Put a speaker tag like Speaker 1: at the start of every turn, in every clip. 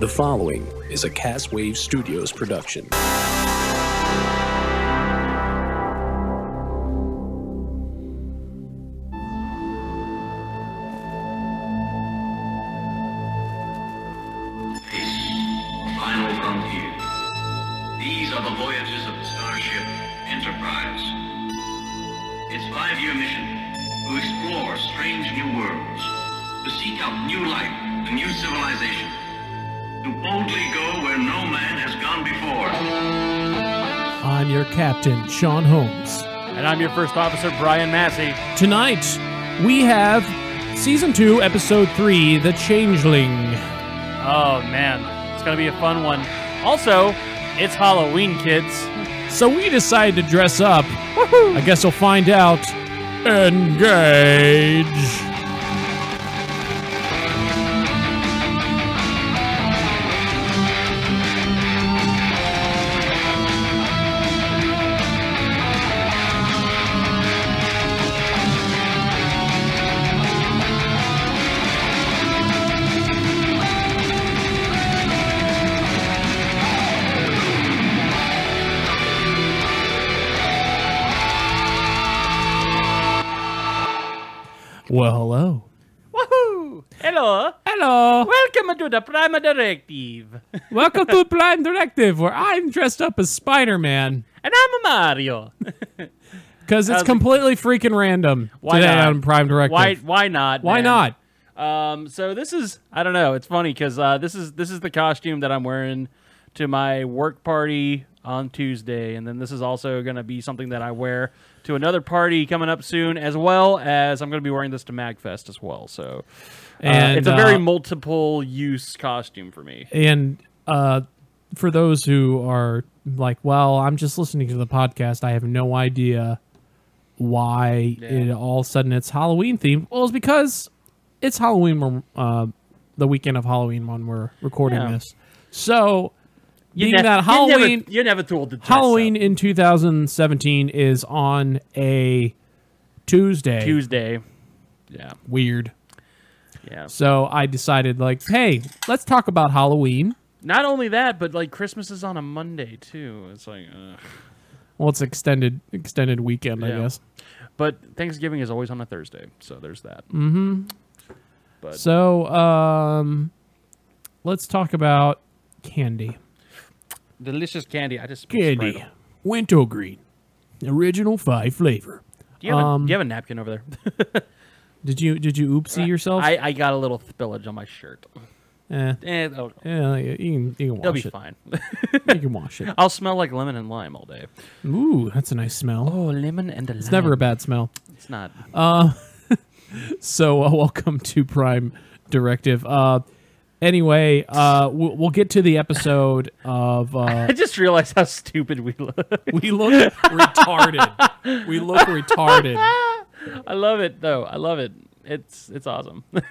Speaker 1: The following is a Cast Wave Studios production.
Speaker 2: Peace. Final frontier. These are the voyages of the starship Enterprise. Its five-year mission to explore strange new worlds, to seek out new life and new civilization, to boldly go where no man has gone before.
Speaker 3: I'm your captain, Sean Holmes.
Speaker 4: And I'm your first officer, Brian Massey.
Speaker 3: Tonight, we have season two, episode three, The Changeling.
Speaker 4: Oh man, it's gonna be a fun one. Also, it's Halloween, kids.
Speaker 3: So we decided to dress up. I guess we'll find out. Engage. Well, hello.
Speaker 4: Woohoo! Hello!
Speaker 3: Hello.
Speaker 4: Welcome to the Prima Directive. And
Speaker 3: Welcome to Blind Directive, where I'm dressed up as Spider Man.
Speaker 4: I'm Mario.
Speaker 3: Because it's
Speaker 4: How's it-
Speaker 3: completely freaking random
Speaker 4: Why
Speaker 3: today
Speaker 4: not?
Speaker 3: on Prime Directive.
Speaker 4: Why why not?
Speaker 3: Why
Speaker 4: man?
Speaker 3: not?
Speaker 4: Um, so this is I don't know. It's funny because uh, this is this is the costume that I'm wearing to my work party on Tuesday, and then this is also going to be something that I wear to another party coming up soon, as well as I'm going to be wearing this to Magfest as well. So uh,
Speaker 3: And,
Speaker 4: it's a very
Speaker 3: uh,
Speaker 4: multiple use costume for me.
Speaker 3: And uh, for those who are like, well, I'm just listening to the podcast. I have no idea why it all of a sudden it's Halloween themed. Well, it's because it's Halloween, when, uh, the weekend of Halloween when we're recording
Speaker 4: Yeah.
Speaker 3: this. So, being that
Speaker 4: ne- you're never-
Speaker 3: Halloween,
Speaker 4: you're never told to dress
Speaker 3: Halloween
Speaker 4: up.
Speaker 3: in 2017 is on a Tuesday.
Speaker 4: Tuesday. Yeah,
Speaker 3: Weird.
Speaker 4: yeah.
Speaker 3: So I decided, like, hey, let's talk about Halloween.
Speaker 4: Not only that, but like Christmas is on a Monday too. It's like. uh, Ugh.
Speaker 3: Well, it's extended extended weekend, I
Speaker 4: Yeah.
Speaker 3: guess.
Speaker 4: But Thanksgiving is always on a Thursday, so there's that. Mm-hmm. But-
Speaker 3: So, um, let's talk about candy.
Speaker 4: Delicious candy. I just
Speaker 3: Candy, wintergreen, original five flavor.
Speaker 4: Do you, have a,
Speaker 3: Um,
Speaker 4: do you have a napkin over there?
Speaker 3: Did you did you oopsie yourself?
Speaker 4: I, I got a little spillage on my shirt.
Speaker 3: eh,
Speaker 4: Eh, oh,
Speaker 3: yeah, you can you can
Speaker 4: it'll be
Speaker 3: wash it.
Speaker 4: fine.
Speaker 3: You can wash it.
Speaker 4: I'll smell like lemon and lime all day.
Speaker 3: Ooh, that's a nice smell.
Speaker 4: Oh, lemon and the
Speaker 3: It's never a bad smell.
Speaker 4: It's not.
Speaker 3: So, uh, welcome to Prime Directive. Uh, anyway, uh, we'll, we'll get to the episode of uh,
Speaker 4: I just realized how stupid we look.
Speaker 3: we look retarded. We look retarded.
Speaker 4: I love it though. I love it. It's it's awesome.
Speaker 3: Just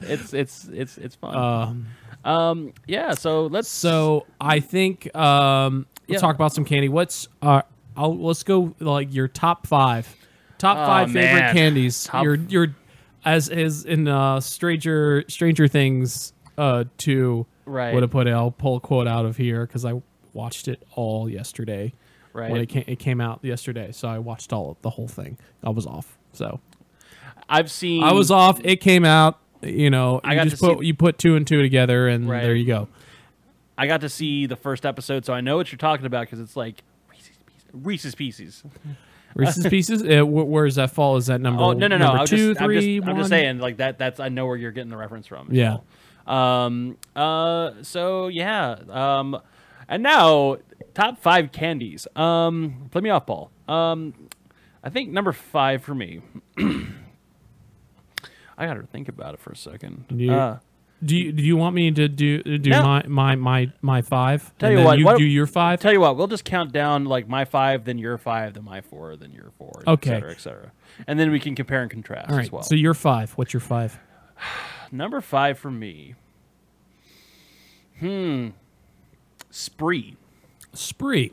Speaker 4: it's it's it's it's fun. Um, yeah. So let's.
Speaker 3: So I think um, let's
Speaker 4: Yeah.
Speaker 3: talk about some candy. What's uh, I'll, let's go like your top five, top five favorite
Speaker 4: Oh, man.
Speaker 3: candies.
Speaker 4: Top-
Speaker 3: Your your as is in uh, Stranger Stranger Things uh, two.
Speaker 4: Right.
Speaker 3: Would have put it. I'll pull a quote out of here because I watched it all yesterday.
Speaker 4: right.
Speaker 3: When it came, it came out yesterday, so I watched all the whole thing. I was off. So
Speaker 4: I've seen.
Speaker 3: I was off. It came out. You know,
Speaker 4: I
Speaker 3: you
Speaker 4: got
Speaker 3: just
Speaker 4: to see-
Speaker 3: put you put two and two together, and
Speaker 4: Right.
Speaker 3: there you go.
Speaker 4: I got to see the first episode, so I know what you're talking about because it's like Reese's Pieces. Reese's Pieces.
Speaker 3: Reese's Pieces. Uh, wh- where does that fall? Is that number?
Speaker 4: Oh no no no!
Speaker 3: number
Speaker 4: I was
Speaker 3: two,
Speaker 4: just,
Speaker 3: three,
Speaker 4: I'm just, I'm
Speaker 3: one?
Speaker 4: just saying like that. That's I know where you're getting the reference from. as
Speaker 3: Yeah.
Speaker 4: well. Um. Uh. So yeah. Um. And now top five candies. Um. Play me off ball. Um. I think number five for me. I got to think about it for a second.
Speaker 3: You-
Speaker 4: Uh,
Speaker 3: Do you, do you want me to do do
Speaker 4: No.
Speaker 3: my, my my my five?
Speaker 4: Tell
Speaker 3: and
Speaker 4: you
Speaker 3: then
Speaker 4: what,
Speaker 3: you
Speaker 4: why don't-
Speaker 3: do your five.
Speaker 4: Tell you what, we'll just count down like my five, then your five, then my four, then your four,
Speaker 3: Okay.
Speaker 4: et cetera, et cetera. And then we can compare and contrast
Speaker 3: All
Speaker 4: as
Speaker 3: right.
Speaker 4: well.
Speaker 3: So your five. What's your five?
Speaker 4: Number five for me. Hmm. Spree.
Speaker 3: Spree.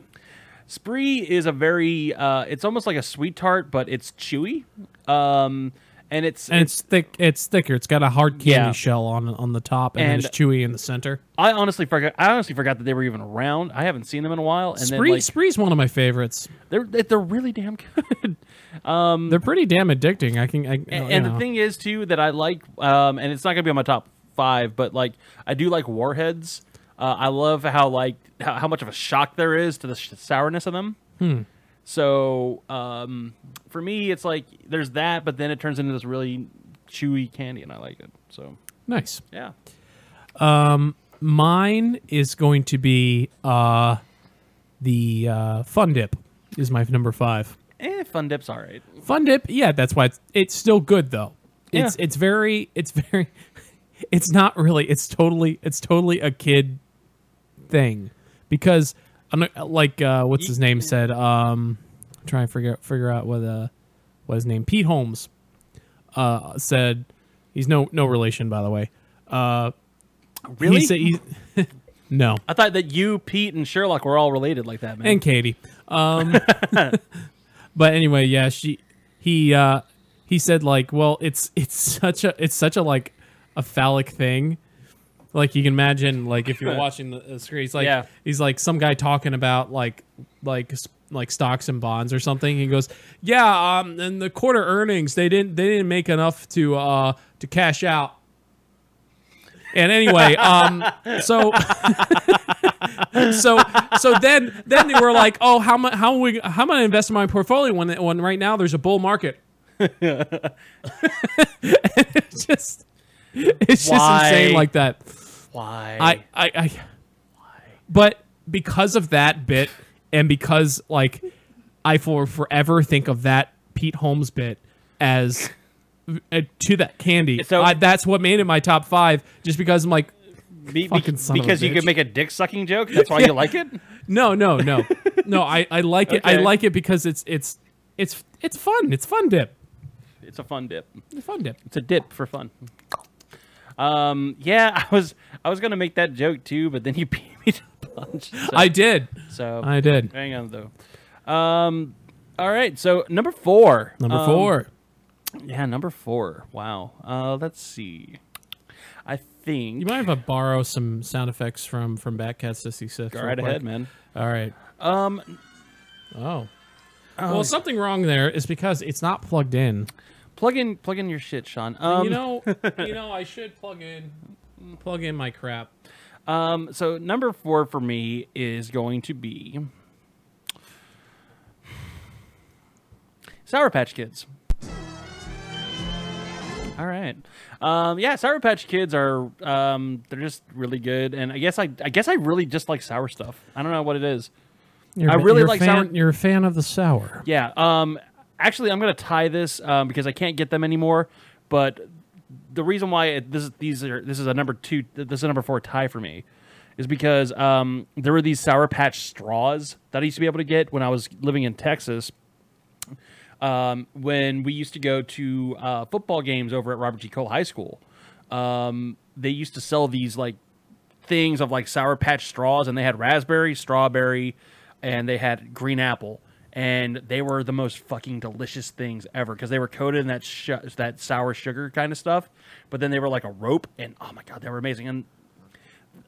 Speaker 4: Spree is a very, uh, it's almost like a sweet tart, but it's chewy. Um, and it's
Speaker 3: and it's thick. It's thicker. It's got a hard candy
Speaker 4: Yeah.
Speaker 3: shell on on the top, and,
Speaker 4: And-
Speaker 3: then it's chewy in the center.
Speaker 4: I honestly forgot. I honestly forgot that they were even around. I haven't seen them in a while, and then
Speaker 3: Spree,
Speaker 4: like
Speaker 3: spree's one of my favorites.
Speaker 4: they're they're really damn good.
Speaker 3: They're pretty damn addicting. I can. I,
Speaker 4: and,
Speaker 3: you
Speaker 4: Mm. and the
Speaker 3: know.
Speaker 4: thing is too that I like, um, and it's not gonna be on my top five, but like I do like warheads. Uh, I love how like how, how much of a shock there is to the sh- sourness of them.
Speaker 3: Hmm.
Speaker 4: So um, for me, it's like there's that, but then it turns into this really chewy candy, and I like it. So
Speaker 3: nice.
Speaker 4: yeah,
Speaker 3: Mine is going to be uh, the uh, Fun Dip is my number five.
Speaker 4: eh, fun dips, all right.
Speaker 3: Fun Dip, yeah, that's why it's, it's still good though. It's
Speaker 4: Yeah.
Speaker 3: it's very it's very it's not really it's totally it's totally a kid thing because I know- like uh, what's his name said um I'm trying to figure figure out what uh what his name Pete Holmes uh said he's no no relation by the way
Speaker 4: Really?
Speaker 3: he said he, no
Speaker 4: I thought that you, Pete, and Sherlock were all related like that, man.
Speaker 3: and Katie. Um, but anyway, yeah, she he uh, he said like, well, it's it's such a it's such a like a phallic thing. Like you can imagine, like if you're watching the- the screen, he's like
Speaker 4: Yeah.
Speaker 3: he's like some guy talking about like like s- like stocks and bonds or something. He goes, yeah, um, and the quarter earnings they didn't they didn't make enough to uh to cash out. And anyway, um, so so so then then they were like, oh, how much how we how am I gonna invest in my portfolio when when right now there's a bull market? it's just it's
Speaker 4: Why?
Speaker 3: just insane like that.
Speaker 4: Why?
Speaker 3: I I, I but because of that bit and because like I for forever think of that Pete Holmes bit as uh, to that candy.
Speaker 4: So-
Speaker 3: So I, that's what made it my top five. Just because I'm like,
Speaker 4: Be- be-
Speaker 3: Fucking son of a
Speaker 4: because you
Speaker 3: bitch.
Speaker 4: could make a dick sucking joke. That's why you like it.
Speaker 3: No, no, no, no. I, I like it. I
Speaker 4: Okay.
Speaker 3: like it because it's it's it's it's fun. It's fun dip.
Speaker 4: It's a fun dip.
Speaker 3: It's fun dip.
Speaker 4: It's a dip for fun. Um, yeah, I was I was gonna make that joke too, but then you beat me to the punch. So,
Speaker 3: I did.
Speaker 4: so
Speaker 3: I did.
Speaker 4: hang on though. Um, all right. So number four.
Speaker 3: Number
Speaker 4: Um,
Speaker 3: four.
Speaker 4: Yeah, number four. Wow. Uh, let's see. I think
Speaker 3: You might have to borrow some sound effects from from Batcat sixty six.
Speaker 4: Go right ahead, man.
Speaker 3: All right.
Speaker 4: Um,
Speaker 3: Oh. well, something wrong there is because it's not plugged in.
Speaker 4: plug in plug in your shit, Sean. Um,
Speaker 3: you know, you know, I should plug in, plug in my crap.
Speaker 4: Um, so number four for me is going to be Sour Patch Kids. All right, um, yeah, Sour Patch Kids are um, they're just really good, and I guess I I guess I really just like sour stuff. I don't know what it is.
Speaker 3: You're,
Speaker 4: I
Speaker 3: a-
Speaker 4: really
Speaker 3: you're a
Speaker 4: like
Speaker 3: fan-
Speaker 4: sour-
Speaker 3: You're a fan of the sour.
Speaker 4: Yeah. Um. Actually, I'm gonna tie this um, because I can't get them anymore. But the reason why it, this is these are this is a number two this is a number four tie for me is because um, there were these Sour Patch straws that I used to be able to get when I was living in Texas. Um, when we used to go to uh, football games over at Robert G. Cole High School, um, they used to sell these like things of like sour patch straws and they had raspberry strawberry and they had green apple and they were the most fucking delicious things ever because they were coated in that sh- that sour sugar kind of stuff but then they were like a rope and oh my god they were amazing and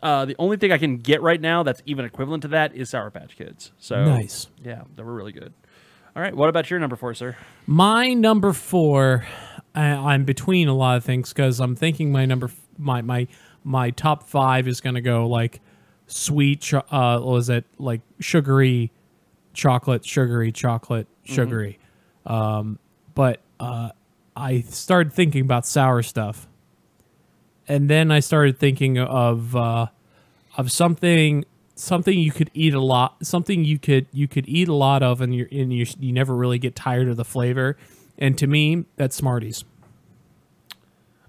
Speaker 4: uh, the only thing i can get right now that's even equivalent to that is sour patch kids so
Speaker 3: Nice.
Speaker 4: yeah they were really good all right what about your number four sir
Speaker 3: My number four, I, I'm between a lot of things because I'm thinking my number, f- my my my top five is gonna go like sweet, cho- uh, what was it like sugary, chocolate, sugary, chocolate, sugary, um, but uh, I started thinking about sour stuff, and then I started thinking of uh, of something something you could eat a lot something you could you could eat a lot of and you and you you never really get tired of the flavor and to me that's smarties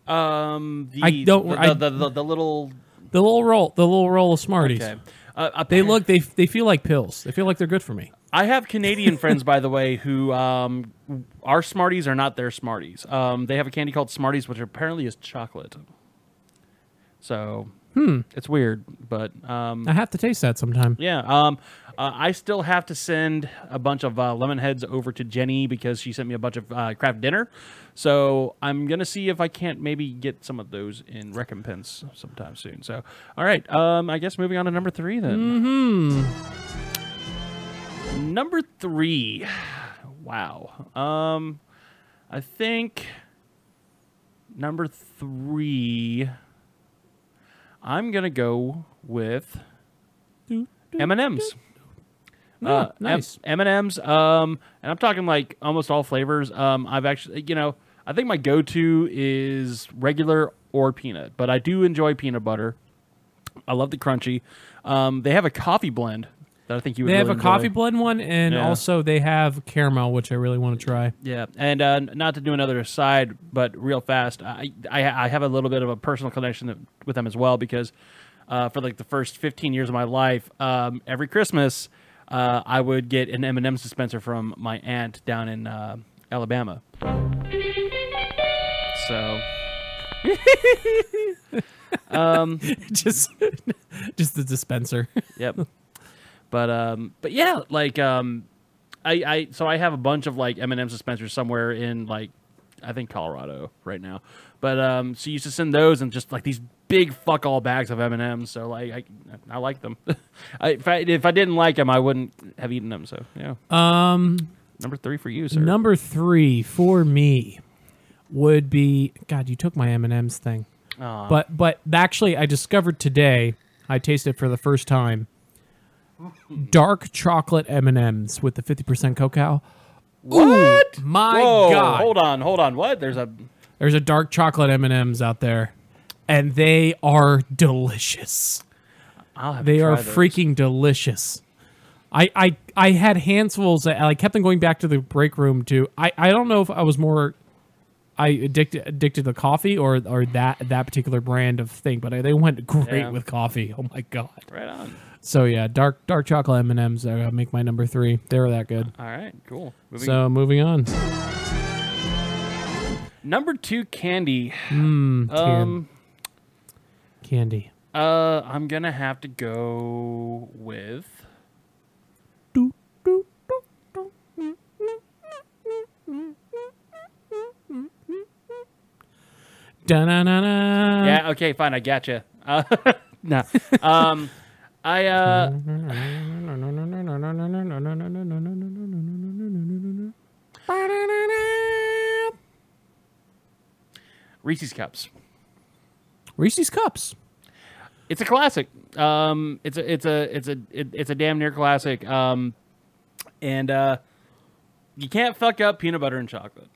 Speaker 4: um the,
Speaker 3: I don't-
Speaker 4: the,
Speaker 3: I-
Speaker 4: the, the, the little
Speaker 3: the little roll the little roll of smarties
Speaker 4: okay uh,
Speaker 3: they look they they feel like pills they feel like they're good for me
Speaker 4: I have Canadian friends, by the way, who um, our Smarties are not their Smarties. Um, they have a candy called Smarties, which apparently is chocolate. So hmm. it's weird, but um,
Speaker 3: i have to taste that sometime
Speaker 4: yeah. Um, Uh, I still have to send a bunch of uh, lemon heads over to Jenny because she sent me a bunch of uh, craft dinner. So I'm gonna see if I can't maybe get some of those in recompense sometime soon. So all right, um, I guess moving on to number three then. Hmm. Number three. Wow. Um, I think number three. I'm gonna go with M and M's. Uh,
Speaker 3: No, Oh, nice.
Speaker 4: M and M's. Um, and I'm talking like almost all flavors. Um, I've actually, you know, I think my go-to is regular or peanut, but I do enjoy peanut butter. I love the crunchy. Um, they have a coffee blend that I think you would
Speaker 3: They have
Speaker 4: really
Speaker 3: a coffee
Speaker 4: enjoy.
Speaker 3: blend one, and
Speaker 4: Yeah.
Speaker 3: also they have caramel, which I really want to try.
Speaker 4: Yeah, and uh, not to do another aside, but real fast, I, I I have a little bit of a personal connection that, with them as well because uh, for like the first 15 years of my life, um, every Christmas uh, I would get an M&M's dispenser from my aunt down in uh, Alabama. So
Speaker 3: just, just the dispenser.
Speaker 4: yep. But um, but yeah, like um, I I so I have a bunch of like M and M suspensors somewhere in like I think Colorado right now. But um, she used to send those and just like these big fuck all bags of M and M's. So like I I like them. I, if I if I didn't like them, I wouldn't have eaten them. So yeah. Um, number three for you, sir.
Speaker 3: Number three for me would be God. You took my M and M's thing, but but actually, I discovered today. I tasted it for the first time. Dark chocolate M and M's with the fifty percent cacao. What? my
Speaker 4: Whoa,
Speaker 3: God!
Speaker 4: hold on, hold on. What? There's a
Speaker 3: There's a dark chocolate M and M's out there, and they are delicious.
Speaker 4: I'll have to
Speaker 3: They
Speaker 4: try
Speaker 3: are
Speaker 4: those.
Speaker 3: freaking delicious. I, I I had handfuls. I I kept on going back to the break room too. I, I don't know if I was more I addicted addicted to coffee or or that that particular brand of thing, but I, they went great
Speaker 4: Yeah.
Speaker 3: with coffee. Oh my god!
Speaker 4: right on.
Speaker 3: So yeah, dark dark chocolate M and M's. I make my number three. They were that good.
Speaker 4: All right, cool. Moving
Speaker 3: So moving on.
Speaker 4: number two, candy.
Speaker 3: Tan-
Speaker 4: Um.
Speaker 3: candy.
Speaker 4: Uh, I'm gonna have to go with.
Speaker 3: Da-na-na-na.
Speaker 4: Yeah. Okay. Fine. I gotcha. Uh, no. Um, I uh, Reese's cups.
Speaker 3: Reese's cups.
Speaker 4: It's a classic. Um, it's a it's a it's a it, it's a damn near classic. Um, and uh, you can't fuck up peanut butter and chocolate.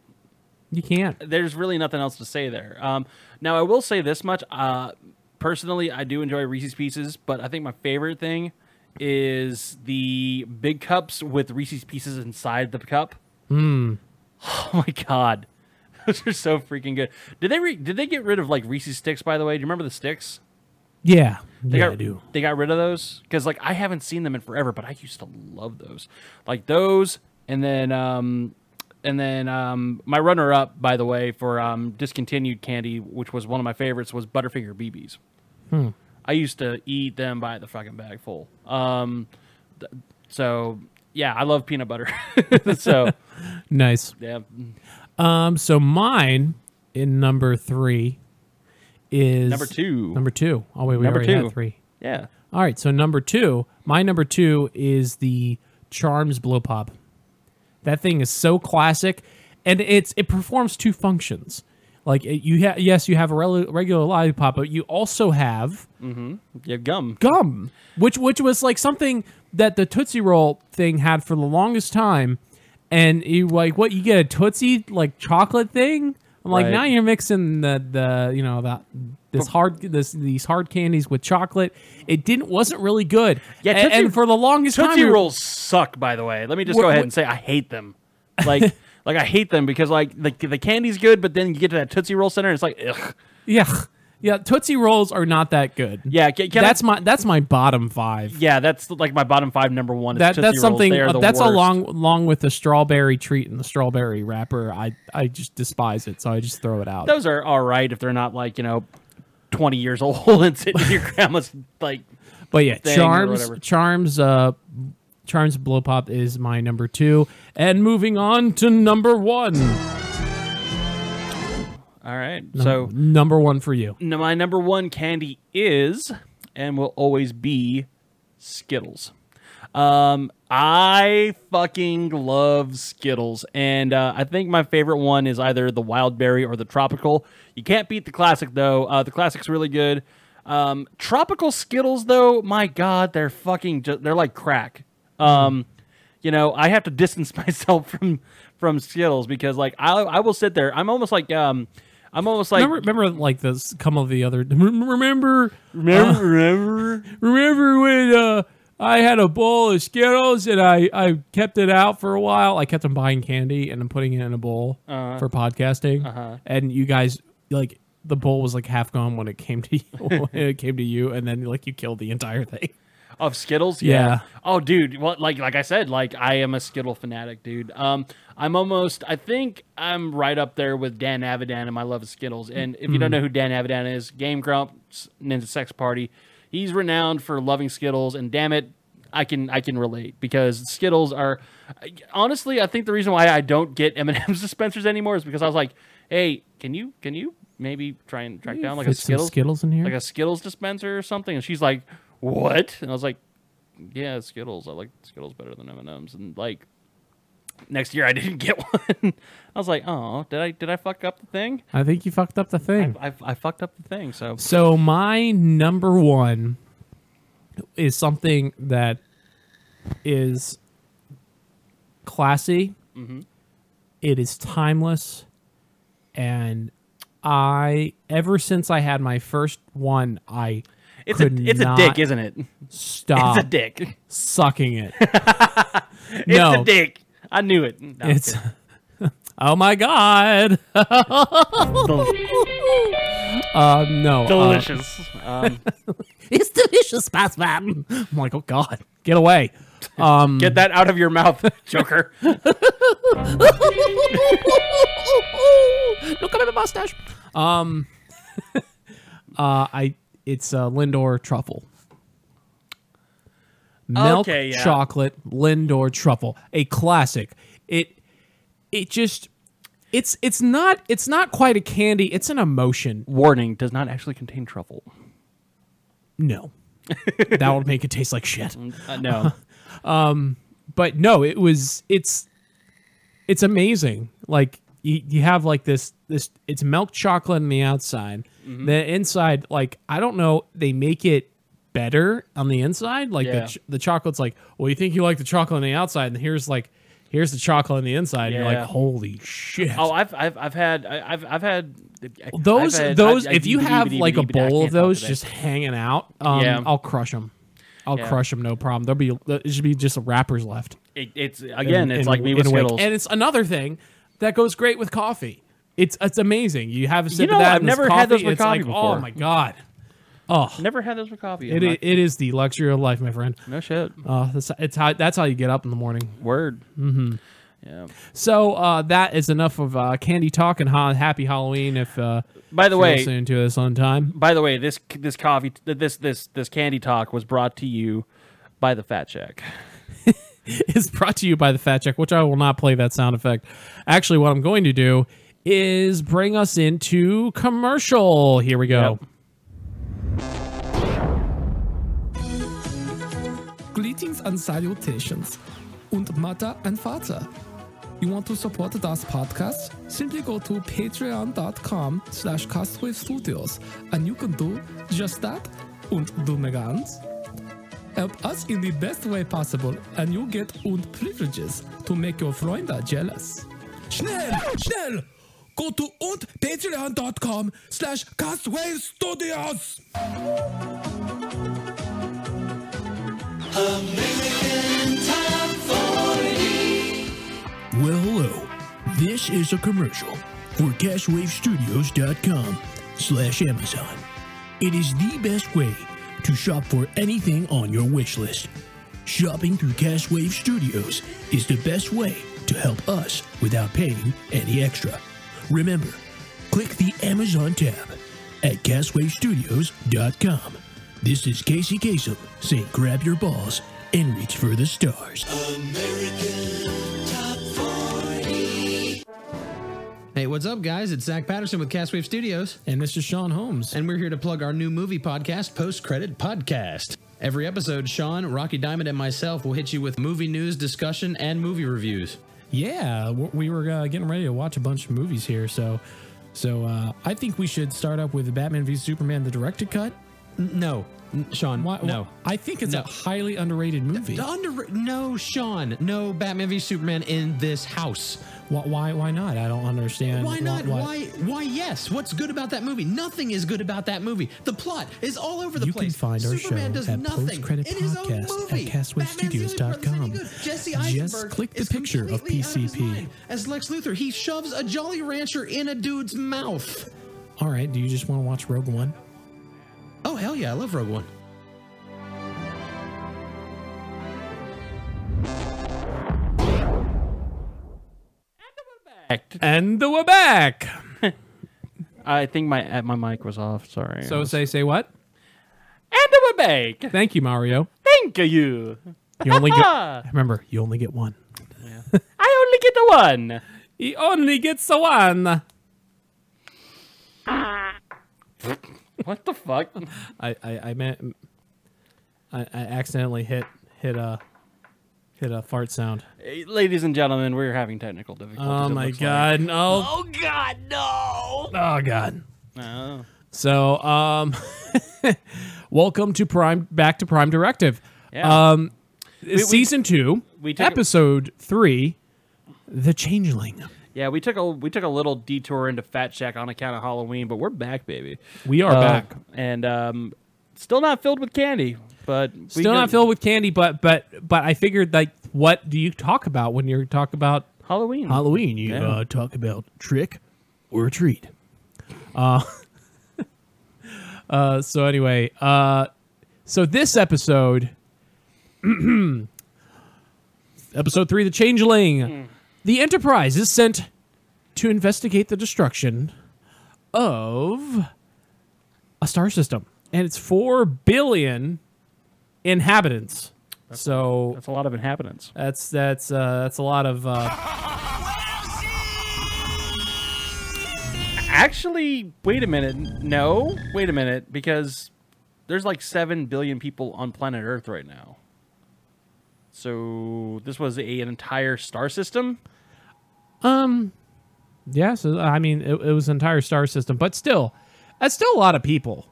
Speaker 3: You can't.
Speaker 4: there's really nothing else to say there. Um, now I will say this much. Uh, personally, I do enjoy Reese's Pieces, but I think my favorite thing is the big cups with Reese's Pieces inside the cup. Oh my god, those are so freaking good. Did they re- did they get rid of like Reese's sticks? By the way, do you remember the sticks?
Speaker 3: Yeah.
Speaker 4: They
Speaker 3: yeah,
Speaker 4: got,
Speaker 3: I do.
Speaker 4: They got rid of those because like I haven't seen them in forever, but I used to love those, like those, and then um, and then um, my runner up, by the way, for um, discontinued candy, which was one of my favorites, was Butterfinger BBs.
Speaker 3: Hmm.
Speaker 4: I used to eat them by the fucking bag full. Um, th- so yeah, I love peanut butter. so
Speaker 3: Nice.
Speaker 4: yeah,
Speaker 3: Um, so mine in number three is
Speaker 4: number two,
Speaker 3: Number two. Oh wait, we
Speaker 4: Number
Speaker 3: already
Speaker 4: two.
Speaker 3: had three.
Speaker 4: yeah,
Speaker 3: All right, so number two, my number two is the Charms Blow Pop. That thing is so classic, and it's it performs two functions. Like it, you, ha- yes, you have a rel- regular lollipop, but you also have
Speaker 4: you have gum.
Speaker 3: gum, which which was like something that the Tootsie Roll thing had for the longest time. And you like what you get a Tootsie like chocolate thing. I'm like
Speaker 4: Right.
Speaker 3: now you're mixing the the you know that this hard this these hard candies with chocolate. It didn't wasn't really good.
Speaker 4: Yeah,
Speaker 3: A- and,
Speaker 4: Tootsie-
Speaker 3: for the longest time,
Speaker 4: Tootsie
Speaker 3: we were-
Speaker 4: rolls suck. By the way, let me just
Speaker 3: Wha-
Speaker 4: go ahead
Speaker 3: wha-
Speaker 4: and say I hate them. Like, like I hate them because like the the candy's good, but then you get to that Tootsie Roll Center and it's like, ugh.
Speaker 3: yeah, yeah, Tootsie rolls are not that good.
Speaker 4: Yeah, can, can I-
Speaker 3: that's my that's my bottom five.
Speaker 4: yeah, that's like my bottom five. Number one is
Speaker 3: that
Speaker 4: Tootsie
Speaker 3: that's something uh,
Speaker 4: Rolls. They are the
Speaker 3: that's
Speaker 4: worst.
Speaker 3: along along with the strawberry treat and the strawberry wrapper. I I just despise it, so I just throw it out.
Speaker 4: Those are all right if they're not like you know, twenty years old and sitting in your grandma's like.
Speaker 3: but yeah,
Speaker 4: thing or
Speaker 3: charms
Speaker 4: whatever.
Speaker 3: charms uh Charms of Blow Pop is my number two. And moving on to number one.
Speaker 4: All right. So
Speaker 3: number one for you.
Speaker 4: n- my number one candy is and will always be Skittles. Um, I fucking love Skittles, and uh, I think my favorite one is either the wild berry or the tropical. You can't beat the classic though. Uh, the classic's really good. Um, tropical Skittles though, my god, they're fucking ju- they're like crack. Um, you know, I have to distance myself from from Skittles because like I I will sit there. I'm almost like um. I'm almost like
Speaker 3: remember, remember like this come of the other remember
Speaker 4: Remember, remember.
Speaker 3: remember when uh I had a bowl of Skittles and I, I kept it out for a while. I kept on buying candy and I'm putting it in a bowl
Speaker 4: Uh-huh.
Speaker 3: for podcasting. And you guys like the bowl was like half gone when it came to you, when it came to you, and then like you killed the entire thing.
Speaker 4: Of Skittles,
Speaker 3: Yeah.
Speaker 4: Oh, dude, well, like like I said, like I am a Skittle fanatic, dude. Um, I'm almost, I think I'm right up there with Dan Avidan and my love of Skittles. And if you don't know who Dan Avidan is, Game Grumps, Ninja Sex Party, he's renowned for loving Skittles. And damn it, I can I can relate because Skittles are honestly, I think the reason why I don't get M and M's dispensers anymore is because I was like, hey, can you can you maybe try and track down like a
Speaker 3: Fit some
Speaker 4: Skittles?
Speaker 3: Skittles in here.
Speaker 4: like a Skittles dispenser or something, and she's like, "What?" And I was like, "Yeah, Skittles. I like Skittles better than M and M's." And like, next year I didn't get one. I was like, "Oh, did I did I fuck up the thing?
Speaker 3: I think you fucked up the thing.
Speaker 4: I, I fucked up the thing." So
Speaker 3: So my number one is something that is classy.
Speaker 4: Mm-hmm.
Speaker 3: It is timeless, and I ever since I had my first one, I
Speaker 4: it's a
Speaker 3: could
Speaker 4: it's a
Speaker 3: not
Speaker 4: dick, isn't it?
Speaker 3: stop
Speaker 4: it's a dick.
Speaker 3: sucking it. no,
Speaker 4: It's a dick. I knew it. No, I'm
Speaker 3: it's
Speaker 4: kidding.
Speaker 3: oh my god. uh, no, uh,
Speaker 4: delicious. um,
Speaker 3: It's delicious, Batman. I'm like, oh god, get away.
Speaker 4: Um, get that out of your mouth, Joker.
Speaker 3: Look at my mustache. Um, uh, I it's uh, Lindor truffle. Milk
Speaker 4: Okay, yeah.
Speaker 3: chocolate Lindor truffle, a classic. It it just it's it's not it's not quite a candy. It's an emotion.
Speaker 4: Warning: does not actually contain truffle.
Speaker 3: No, that would make it taste like shit.
Speaker 4: Uh, no,
Speaker 3: but no, it was it's it's amazing. Like you, you have like this this it's milk chocolate on the outside.
Speaker 4: Mm-hmm.
Speaker 3: The inside, like I don't know, they make it better on the inside. Like
Speaker 4: Yeah.
Speaker 3: the, ch- the chocolate's like, well, you think you like the chocolate on the outside, and here's like here's the chocolate on the inside. And you're
Speaker 4: Yeah.
Speaker 3: like, holy shit.
Speaker 4: Oh, I've I've I've had I- I've I've had I've
Speaker 3: those
Speaker 4: had-
Speaker 3: those
Speaker 4: I- I-
Speaker 3: if you
Speaker 4: DVD,
Speaker 3: have
Speaker 4: DVD,
Speaker 3: like a
Speaker 4: DVD, I
Speaker 3: bowl of
Speaker 4: can't talk
Speaker 3: those
Speaker 4: today.
Speaker 3: just hanging out, um,
Speaker 4: Yeah.
Speaker 3: I'll crush them. I'll 'em,
Speaker 4: Yeah.
Speaker 3: crush them, no problem. There'll be it should be just wrappers left.
Speaker 4: It- it's again,
Speaker 3: in-
Speaker 4: it's
Speaker 3: in-
Speaker 4: like me with
Speaker 3: in a wake.
Speaker 4: Skittles.
Speaker 3: And it's another thing that goes great with coffee. It's it's amazing. You have a sip
Speaker 4: You know,
Speaker 3: of that.
Speaker 4: I've
Speaker 3: and this
Speaker 4: never
Speaker 3: coffee,
Speaker 4: had those with
Speaker 3: it's like,
Speaker 4: coffee
Speaker 3: Oh
Speaker 4: before.
Speaker 3: my god,
Speaker 4: Never had those with coffee.
Speaker 3: it,
Speaker 4: I'm
Speaker 3: i- it is the luxury of life, my friend.
Speaker 4: like, no shit.
Speaker 3: Uh, that's it's how that's how you get up in the morning.
Speaker 4: Word. Mm-hmm. Yeah.
Speaker 3: So uh, that is enough of uh, candy talk and ha- happy Halloween. If uh,
Speaker 4: By the
Speaker 3: you're
Speaker 4: way,
Speaker 3: listening to this on time,
Speaker 4: by the way, this this coffee this this this candy talk was brought to you by the Fat Check.
Speaker 3: is brought to you by the Fat Check, which I will not play that sound effect. Actually, what I'm going to do is bring us into commercial. Here we go.
Speaker 5: Greetings and salutations und Mutter and Vater. You want to support this podcast? Simply go to patreon.com slash Castwave Studios and you can do just that und du mega ganz. Help us in the best way possible and you get und privileges to make your Freunde jealous. Schnell, schnell! Go to und patreon.com slash Castwave Studios!
Speaker 6: Well, hello. This is a commercial for CashWaveStudios.com slash Amazon. It is the best way to shop for anything on your wish list. Shopping through CashWave Studios is the best way to help us without paying any extra. Remember, click the Amazon tab at CashWaveStudios.com. This is Casey Kasem saying grab your balls and reach for the stars.
Speaker 7: Hey, what's up, guys? It's Zach Patterson with Castwave Studios,
Speaker 5: And this is Sean Holmes.
Speaker 7: and we're here to plug our new movie podcast, Post Credit Podcast. Every episode, Sean, Rocky Diamond, and myself will hit you with movie news, discussion, and movie reviews.
Speaker 5: Yeah, w- we were uh, getting ready to watch a bunch of movies here, so so uh, I think we should start up with Batman v Superman: The Director Cut.
Speaker 7: N- No, N- Sean,
Speaker 5: Why, why-
Speaker 7: no.
Speaker 5: I think it's
Speaker 7: No.
Speaker 5: a highly underrated movie.
Speaker 7: Under- no, Sean, no Batman v Superman in this house.
Speaker 5: Why, why? Why not? I don't understand.
Speaker 7: Why not? Why, why? yes? What's good about that movie? Nothing is good about that movie. The plot is all over the
Speaker 5: You can
Speaker 7: place.
Speaker 5: find our
Speaker 7: Superman
Speaker 5: show
Speaker 7: does
Speaker 5: at
Speaker 7: nothing.
Speaker 5: Postcredit
Speaker 7: in his own
Speaker 5: Podcast at
Speaker 7: movie.
Speaker 5: castwaystudios.com.
Speaker 7: Batman's the only part that's any good. Jesse
Speaker 5: Just
Speaker 7: Eisenberg
Speaker 5: click the
Speaker 7: is
Speaker 5: picture of
Speaker 7: completely out his
Speaker 5: PCP.
Speaker 7: mind. As Lex Luthor, he shoves a Jolly Rancher in a dude's mouth.
Speaker 5: All right. Do you just want to watch Rogue One?
Speaker 7: Oh hell yeah, I love Rogue One.
Speaker 3: And we're back.
Speaker 4: I think my uh, my mic was off. Sorry.
Speaker 3: So say say what?
Speaker 4: and we're back.
Speaker 3: Thank you, Mario.
Speaker 4: Thank you. Ah,
Speaker 3: You only get remember you only get one.
Speaker 4: I only get the one.
Speaker 3: He only gets the one.
Speaker 4: What the fuck?
Speaker 3: I I I meant I, I accidentally hit hit a hit a fart sound.
Speaker 4: Hey, Ladies and gentlemen, we're having technical difficulties.
Speaker 3: Oh
Speaker 4: it
Speaker 3: my
Speaker 4: looks
Speaker 3: god! No. Oh god! No! Oh god!
Speaker 4: Like. Oh.
Speaker 3: So, um, welcome to Prime. Back to Prime Directive.
Speaker 4: Yeah.
Speaker 3: Um, season two,
Speaker 4: we took-
Speaker 3: episode three, the Changeling.
Speaker 4: Yeah, we took a we took a little detour into Fat Shack on account of Halloween, but we're back, baby.
Speaker 3: We are
Speaker 4: Uh,
Speaker 3: back.
Speaker 4: and um, still not filled with candy, but we
Speaker 3: Still
Speaker 4: got-
Speaker 3: not filled with candy, but but but I figured like, what do you talk about when you talk about
Speaker 4: Halloween.
Speaker 3: Halloween? You
Speaker 4: Mm-hmm. Yeah.
Speaker 3: uh, talk about trick or treat. Uh, uh, so anyway, uh, so this episode, episode three, the Changeling,
Speaker 4: Hmm.
Speaker 3: the Enterprise is sent to investigate the destruction of a star system and its four billion inhabitants. so
Speaker 4: That's a lot of inhabitants.
Speaker 3: that's that's uh, that's a lot of. Uh,
Speaker 4: Actually, wait a minute. No, wait a minute, because there's like seven billion people on planet Earth right now. So this was a, an entire star system.
Speaker 3: Yeah, so I mean, it, it was an entire star system, but still, that's still a lot of people.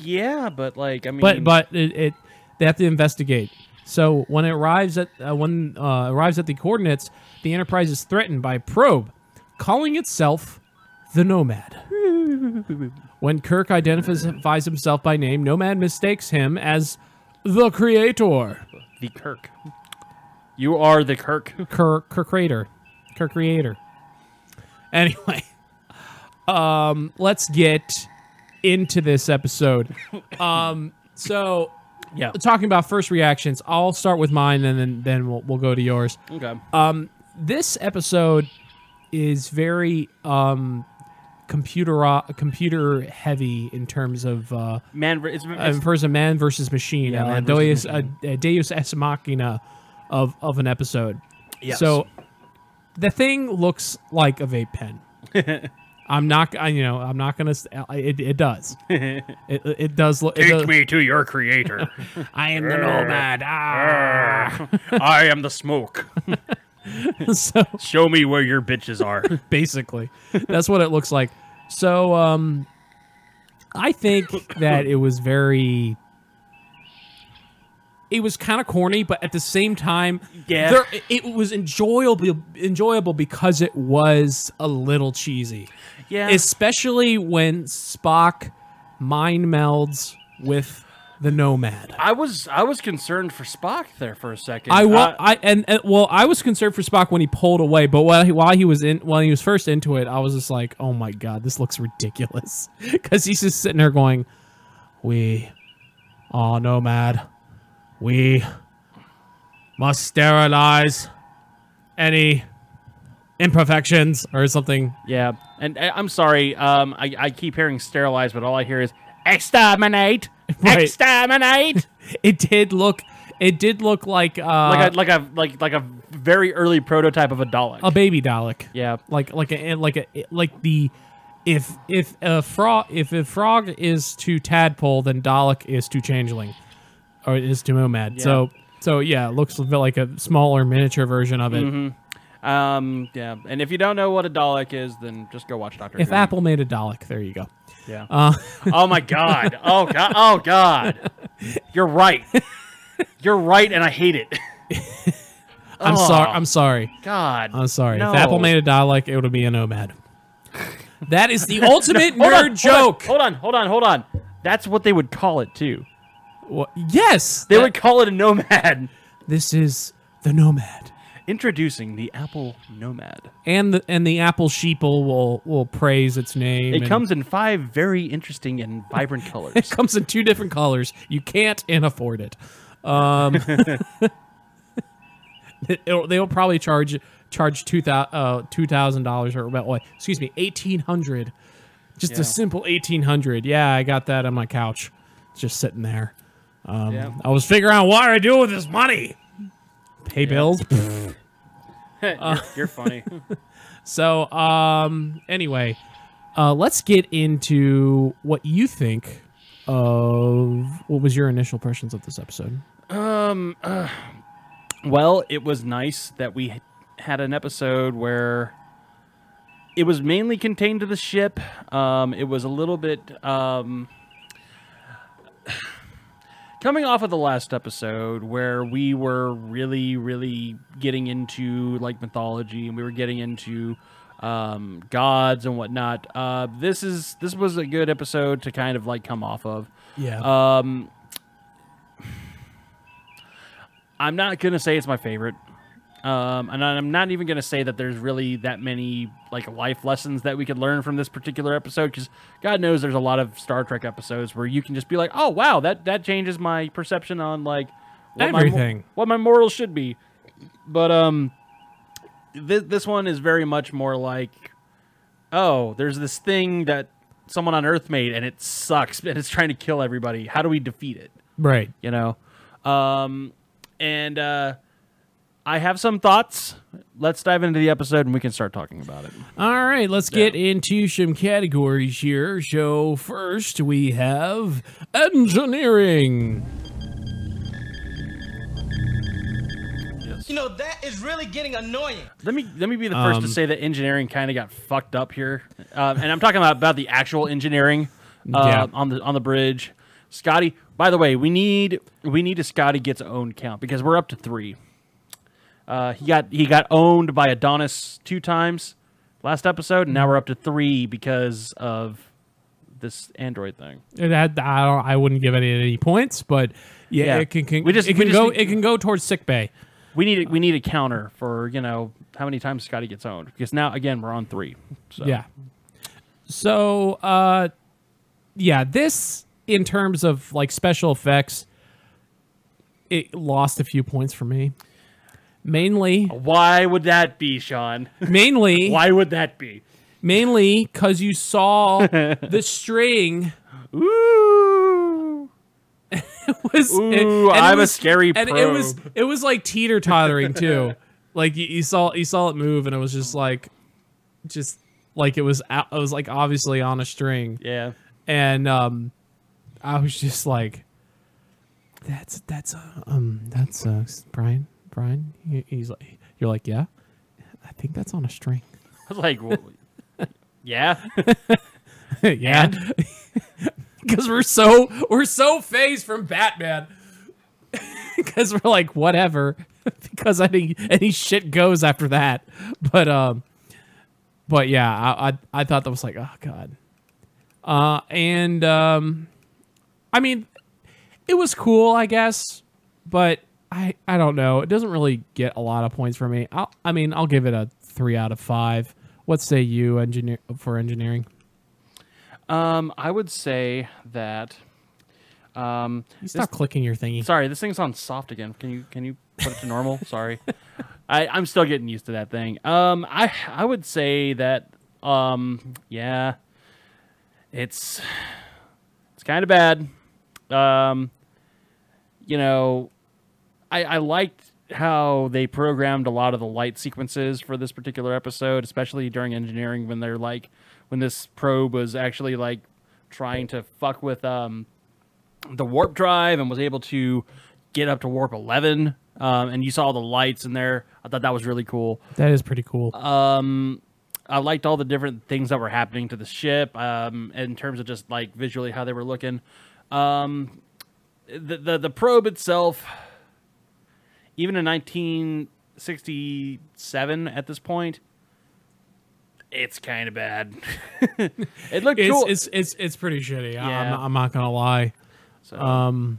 Speaker 4: Yeah, but like I mean,
Speaker 3: But but it, it they have to investigate. So when it arrives at uh, when uh, arrives at the coordinates, the Enterprise is threatened by a probe, calling itself the Nomad. when Kirk identifies himself by name, Nomad mistakes him as the Creator,
Speaker 4: the Kirk. You are the Kirk.
Speaker 3: Kirk, Kirk Creator, Kirk Creator. Anyway, um, let's get into this episode. Um, so
Speaker 4: Yeah.
Speaker 3: talking about first reactions, I'll start with mine and then then we'll, we'll go to yours.
Speaker 4: Okay.
Speaker 3: Uh, This episode is very um, computer uh, computer heavy in terms of uh,
Speaker 4: Man, it's,
Speaker 3: in
Speaker 4: it's
Speaker 3: terms of man versus machine.
Speaker 4: Yeah,
Speaker 3: uh,
Speaker 4: man
Speaker 3: Deus,
Speaker 4: versus
Speaker 3: A, a Deus ex machina of of an episode.
Speaker 4: Yes.
Speaker 3: So the thing looks like a vape pen. I'm not. I, you know, I'm not gonna. s- I- It, it does. it, it does look. Take me to your creator. I am the nomad. Ah.
Speaker 4: I am the smoke.
Speaker 3: so
Speaker 4: Show me where your bitches are.
Speaker 3: basically, that's what it looks like. So, um, I think that it was very. It was kind of corny, but at the same time,
Speaker 4: Yeah.
Speaker 3: there, it was enjoyable. Enjoyable because it was a little cheesy.
Speaker 4: yeah.
Speaker 3: especially when Spock mind melds with the Nomad.
Speaker 4: I was I was concerned for Spock there for a second.
Speaker 3: I wa-
Speaker 4: Uh,
Speaker 3: I and, and well, I was concerned for Spock when he pulled away, but while he, while he was in while he was first into it, I was just like, "Oh my god, this looks ridiculous," because he's just sitting there going, "We are nomad. We must sterilize any imperfections or something."
Speaker 4: yeah. And I, I'm sorry. Um, I, I keep hearing sterilized, but all I hear is exterminate,
Speaker 3: Right.
Speaker 4: exterminate.
Speaker 3: It did look It did look like uh,
Speaker 4: like a like a like like a very early prototype of a Dalek.
Speaker 3: a baby Dalek.
Speaker 4: yeah,
Speaker 3: like like a eh, like a like the if if a frog if a frog is to tadpole then dalek is to changeling or is to nomad so so yeah it looks a bit like a smaller miniature version of it
Speaker 4: Mm-hmm. um, yeah. And if you don't know what a Dalek is, then just go watch Doctor.
Speaker 3: if
Speaker 4: Who.
Speaker 3: apple made a dalek there you go
Speaker 4: yeah.
Speaker 3: Uh,
Speaker 4: oh my God. Oh God. Oh God. You're right. You're right, and I hate it.
Speaker 3: i'm sorry i'm sorry
Speaker 4: God.
Speaker 3: i'm sorry
Speaker 4: No.
Speaker 3: if apple made a dalek it would be a nomad that is the ultimate
Speaker 4: Hold on,
Speaker 3: nerd joke
Speaker 4: Hold on, hold on, hold on. That's what they would call it too.
Speaker 3: Wha- yes
Speaker 4: They
Speaker 3: that-
Speaker 4: would call it a nomad.
Speaker 3: this is the nomad
Speaker 4: Introducing the Apple Nomad.
Speaker 3: and the and the apple sheeple will will praise its name
Speaker 4: It
Speaker 3: and-
Speaker 4: comes in five very interesting and vibrant colors.
Speaker 3: comes in two different colors. You can't and afford it. Um, it'll- they'll probably charge charge two thousand uh, two thousand dollars or about what? Excuse me, eighteen hundred. Just
Speaker 4: Yeah.
Speaker 3: a simple eighteen hundred. Yeah, I got that on my couch, It's just sitting there. Um,
Speaker 4: Yeah.
Speaker 3: I was figuring out what I do with this money. Pay bills.
Speaker 4: you're, you're funny.
Speaker 3: So, um, anyway, uh, let's get into what you think of what was your initial impressions of this episode.
Speaker 4: Well, it was nice that we h- had an episode where it was mainly contained to the ship. Um, it was a little bit um, coming off of the last episode where we were really, really getting into like mythology and we were getting into um, gods and whatnot. Uh, this is this was a good episode to kind of like come off of.
Speaker 3: Yeah.
Speaker 4: Um, I'm not gonna say it's my favorite, um, and I'm not even gonna say that there's really that many like life lessons that we could learn from this particular episode because God knows there's a lot of Star Trek episodes where you can just be like, oh wow, that that changes my perception on like what my mor-
Speaker 3: Everything.
Speaker 4: what my morals should be, but um, this this one is very much more like oh, there's this thing that someone on Earth made and it sucks and it's trying to kill everybody. How do we defeat it?
Speaker 3: right.
Speaker 4: You know? Um, and uh, I have some thoughts. Let's dive into the episode and we can start talking about it.
Speaker 3: All right, let's get into some categories here. So, first we have engineering.
Speaker 8: You know, that is really getting annoying.
Speaker 4: Let me let me be the first to say that engineering kind of got fucked up here, um, and I'm talking about, about the actual engineering uh,
Speaker 3: Yeah.
Speaker 4: on the on the bridge. Scotty, by the way, we need we need a Scotty gets owned count because we're up to three. Uh, he got he got owned by Adonis two times last episode, and now we're up to three because of this android thing.
Speaker 3: It had, I, don't, I wouldn't give it any points, but yeah,
Speaker 4: Yeah.
Speaker 3: it can, can
Speaker 4: We just-
Speaker 3: it
Speaker 4: we
Speaker 3: can
Speaker 4: just
Speaker 3: go
Speaker 4: need-
Speaker 3: it can go towards sick bay.
Speaker 4: We need a, we need a counter for you know how many times Scotty gets owned because now again we're on three. So.
Speaker 3: Yeah. So, uh, yeah, this in terms of like special effects, it lost a few points for me. Mainly,
Speaker 4: Why would that be, Sean?
Speaker 3: mainly,
Speaker 4: Why would that be?
Speaker 3: mainly because you saw the string
Speaker 4: Ooh.
Speaker 3: was. Ooh,
Speaker 4: I'm a scary
Speaker 3: and it was it was like teeter tottering too. like you, you saw you saw it move, and it was just like, just like it was out, it was like obviously on a string.
Speaker 4: Yeah.
Speaker 3: and um, I was just like, "That's that's uh, um that sucks, Brian. Brian, He- he's like, you're like, yeah, I think that's on a string.
Speaker 4: I was like, w- yeah.
Speaker 3: yeah, because we're so we're so phased from Batman. Because we're like whatever, because any any shit goes after that. But um, but yeah, I I, I thought that was like oh god, uh, and um, I mean, it was cool, I guess, but I I don't know. It doesn't really get a lot of points for me. I'll, I mean, I'll give it a three out of five. What say you, engineer for engineering?
Speaker 4: Um, I would say that. Um,
Speaker 3: You stop clicking your thingy.
Speaker 4: sorry, this thing's on soft again. Can you can you put it to normal? sorry, I, I'm still getting used to that thing. Um, I I would say that. Um, yeah, it's it's kind of bad. Um, you know, I, I liked how they programmed a lot of the light sequences for this particular episode, especially during engineering when they're like when this probe was actually like trying to fuck with um the warp drive and was able to get up to warp 11 um, and you saw the lights in there i thought that was really cool
Speaker 3: That is pretty cool.
Speaker 4: I liked all the different things that were happening to the ship um, in terms of just like visually how they were looking. Um, the, the the probe itself, even in 1967 at this point, it's kind of bad. it looked
Speaker 3: it's,
Speaker 4: cool.
Speaker 3: it's it's it's pretty shitty. I- I'm,
Speaker 4: Yeah.
Speaker 3: not, I'm not gonna lie.
Speaker 4: So-
Speaker 3: Um,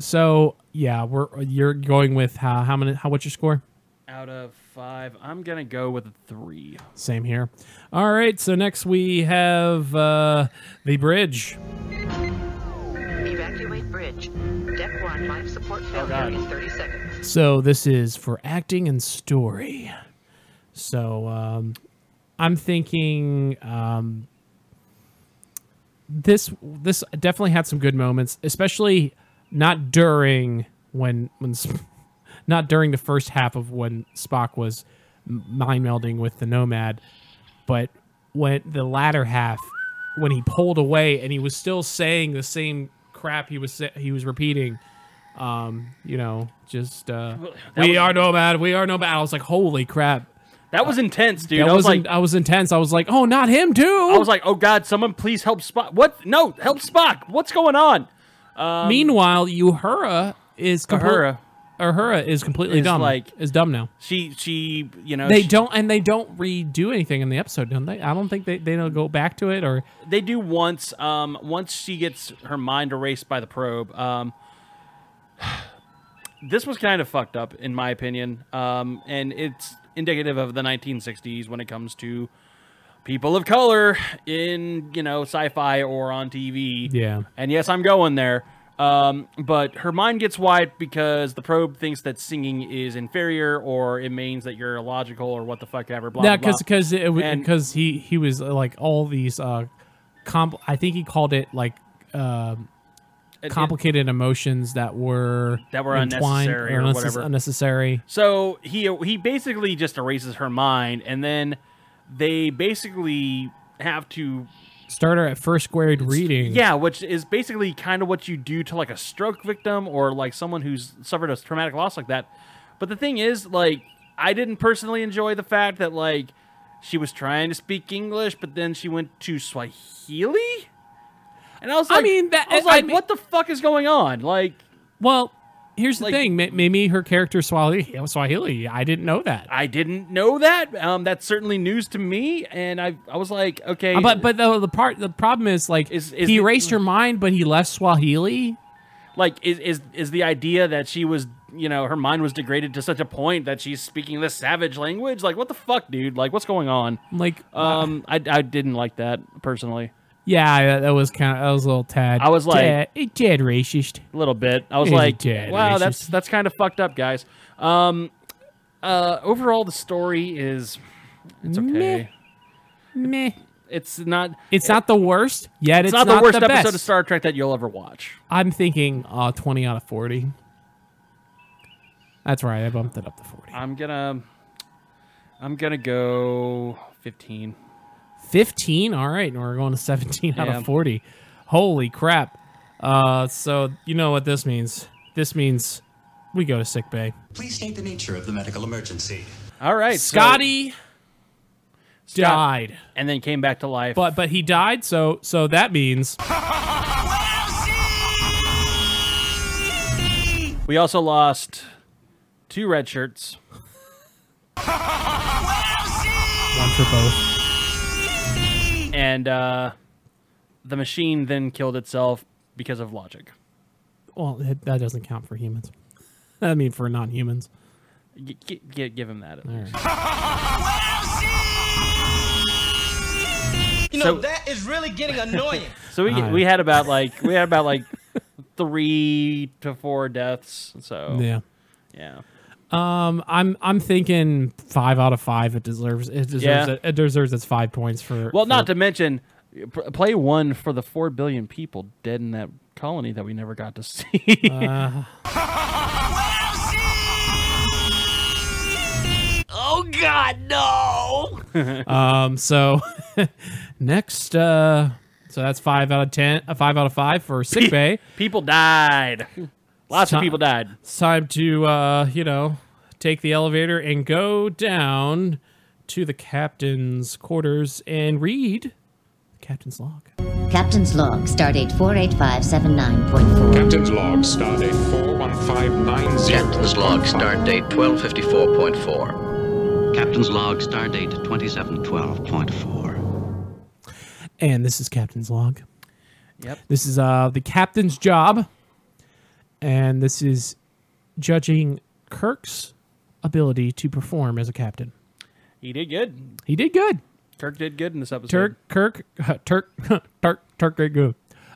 Speaker 3: so yeah, we're you're going with how how many? How what's your score?
Speaker 4: Out of five, I'm gonna go with a three.
Speaker 3: Same here. All right. So next we have uh, the bridge.
Speaker 9: Evacuate bridge. Deck one, life support failure
Speaker 4: God.
Speaker 9: in 30 seconds.
Speaker 3: So this is for acting and story. So um, I'm thinking um, this this definitely had some good moments, especially not during when when Sp- not during the first half of when Spock was m- mind melding with the Nomad, but when the latter half when he pulled away and he was still saying the same crap he was sa- he was repeating um you know just uh
Speaker 4: that
Speaker 3: we
Speaker 4: was-
Speaker 3: are nomad we are nomad i was like holy crap
Speaker 4: That was intense, dude.
Speaker 3: Uh, that
Speaker 4: I was like,
Speaker 3: in- i was intense i was like oh not him too
Speaker 4: I was like, oh god, someone please help Spock. What? No, help Spock. What's going on?
Speaker 3: meanwhile uhura is compl-
Speaker 4: um, Uhura.
Speaker 3: uhura is completely
Speaker 4: Is
Speaker 3: dumb
Speaker 4: like-
Speaker 3: is dumb now
Speaker 4: She she you know
Speaker 3: they
Speaker 4: she-
Speaker 3: don't and they don't redo anything in the episode don't they i don't think they, they don't go back to it or
Speaker 4: they do once um once she gets her mind erased by the probe um this was kind of fucked up in my opinion um and it's indicative of the 1960s when it comes to people of color in you know sci-fi or on tv
Speaker 3: Yeah.
Speaker 4: and yes i'm going there um, but her mind gets wiped because the probe thinks that singing is inferior or it means that you're illogical or what the fuck ever blah
Speaker 3: yeah
Speaker 4: blah, blah.
Speaker 3: because because
Speaker 4: And-
Speaker 3: because he he was uh, like all these uh comp i think he called it like um
Speaker 4: It- it-
Speaker 3: complicated emotions that were
Speaker 4: That were
Speaker 3: entwined
Speaker 4: unnecessary or
Speaker 3: unnecess-
Speaker 4: whatever.
Speaker 3: unnecessary
Speaker 4: So he he basically just erases her mind, and then they basically have to
Speaker 3: starter at first grade reading
Speaker 4: yeah, which is basically kind of what you do to like a stroke victim or like someone who's suffered a traumatic loss like that. But the thing is, like, I didn't personally enjoy the fact that like she was trying to speak English, but then she went to Swahili. And I was
Speaker 3: I
Speaker 4: like,
Speaker 3: mean, that-
Speaker 4: I was
Speaker 3: I
Speaker 4: like,
Speaker 3: mean-
Speaker 4: what the fuck is going on? Like,
Speaker 3: well here's the
Speaker 4: Like-
Speaker 3: thing Ma- maybe her character swahili swahili i didn't know that
Speaker 4: I didn't know that. Um, that's certainly news to me, and I I was like, okay,
Speaker 3: Uh, but but the, the part the problem is like
Speaker 4: Is- is
Speaker 3: he
Speaker 4: the-
Speaker 3: erased her mind but he left swahili
Speaker 4: like is, is is the idea that she was you know her mind was degraded to such a point that she's speaking this savage language like what the fuck dude like what's going on
Speaker 3: like
Speaker 4: um i, I didn't like that personally
Speaker 3: yeah that- that was kind of that was a little tad
Speaker 4: I was like-
Speaker 3: tad, tad racist
Speaker 4: a little bit i was
Speaker 3: Is
Speaker 4: like
Speaker 3: dead
Speaker 4: wow
Speaker 3: racist.
Speaker 4: that's that's kind of fucked up guys um uh overall the story is it's okay
Speaker 3: Meh. Meh.
Speaker 4: it's not
Speaker 3: it's not the worst yet it's,
Speaker 4: it's, not, the worst episode
Speaker 3: best.
Speaker 4: of star trek that you'll ever watch
Speaker 3: I'm thinking uh, 20 out of 40. That's right. I bumped it up to 40.
Speaker 4: i'm gonna i'm gonna go 15
Speaker 3: 15. All right. And we're going to 17 out
Speaker 4: Yeah.
Speaker 3: of 40. Holy crap. Uh, so, you know what this means. This means we go to sick bay.
Speaker 10: Please state the nature of the medical emergency.
Speaker 4: all right so-
Speaker 3: Scotty died.
Speaker 4: and then came back to life
Speaker 3: But but he died, so so that means
Speaker 4: We also lost two red shirts.
Speaker 3: one for both.
Speaker 4: And uh, the machine then killed itself because of logic.
Speaker 3: Well, that that doesn't count for humans. I mean, for non-humans.
Speaker 4: G- g- g- give him that. at least.
Speaker 8: You know,
Speaker 4: So-
Speaker 8: that is really getting annoying.
Speaker 4: So we,
Speaker 3: Alright.
Speaker 4: we had about like we had about like three to four deaths. So yeah,
Speaker 3: Yeah. I'm I'm thinking five out of five. It deserves it deserves
Speaker 4: Yeah.
Speaker 3: it, it deserves its five points for
Speaker 4: Well,
Speaker 3: for-
Speaker 4: not to mention p- play one for the four billion people dead in that colony that we never got to see.
Speaker 11: Oh God, no!
Speaker 3: um, so next, uh, so that's five out of ten, uh, five out of five for sick bay.
Speaker 4: people died. Lots of
Speaker 3: Ti-
Speaker 4: people died.
Speaker 3: It's time to uh, you know take the elevator and go down to the captain's quarters and read captain's log.
Speaker 12: Captain's log, stardate 48579.4.
Speaker 13: Captain's log, stardate 41590.
Speaker 14: Captain's log, start date 1254.4. Captain's log, start date 2712.4.
Speaker 3: And this is captain's log.
Speaker 4: Yep.
Speaker 3: This is uh the captain's job, and this is judging Kirk's ability to perform as a captain.
Speaker 4: He did good.
Speaker 3: He did good.
Speaker 4: Kirk did good in this episode.
Speaker 3: Turk, Kirk, Turk, Turk, Turk did good.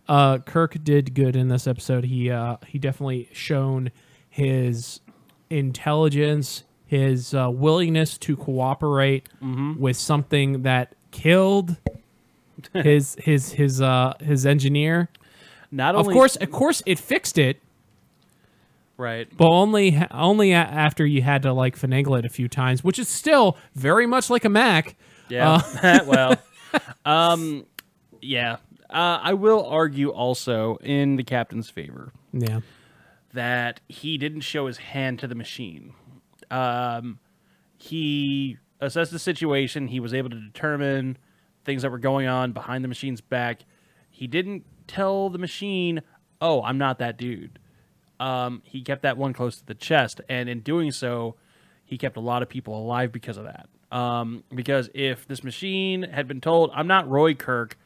Speaker 3: Uh, Kirk did good in this episode. He uh, he definitely shown his intelligence, his uh, willingness to cooperate
Speaker 4: Mhm.
Speaker 3: with something that killed his his his uh his engineer.
Speaker 4: Not
Speaker 3: of
Speaker 4: only-
Speaker 3: course, of course, it fixed it,
Speaker 4: Right.
Speaker 3: but only only a- after you had to like finagle it a few times, which is still very much like a Mac.
Speaker 4: Yeah.
Speaker 3: Uh,
Speaker 4: well, um, yeah. Uh, I will argue also in the captain's favor
Speaker 3: yeah.
Speaker 4: that he didn't show his hand to the machine. Um, he assessed the situation. He was able to determine things that were going on behind the machine's back. He didn't tell the machine, "Oh, I'm not that dude." Um, he kept that one close to the chest, and in doing so, he kept a lot of people alive because of that. Um, because if this machine had been told, "I'm not Roy Kirk,"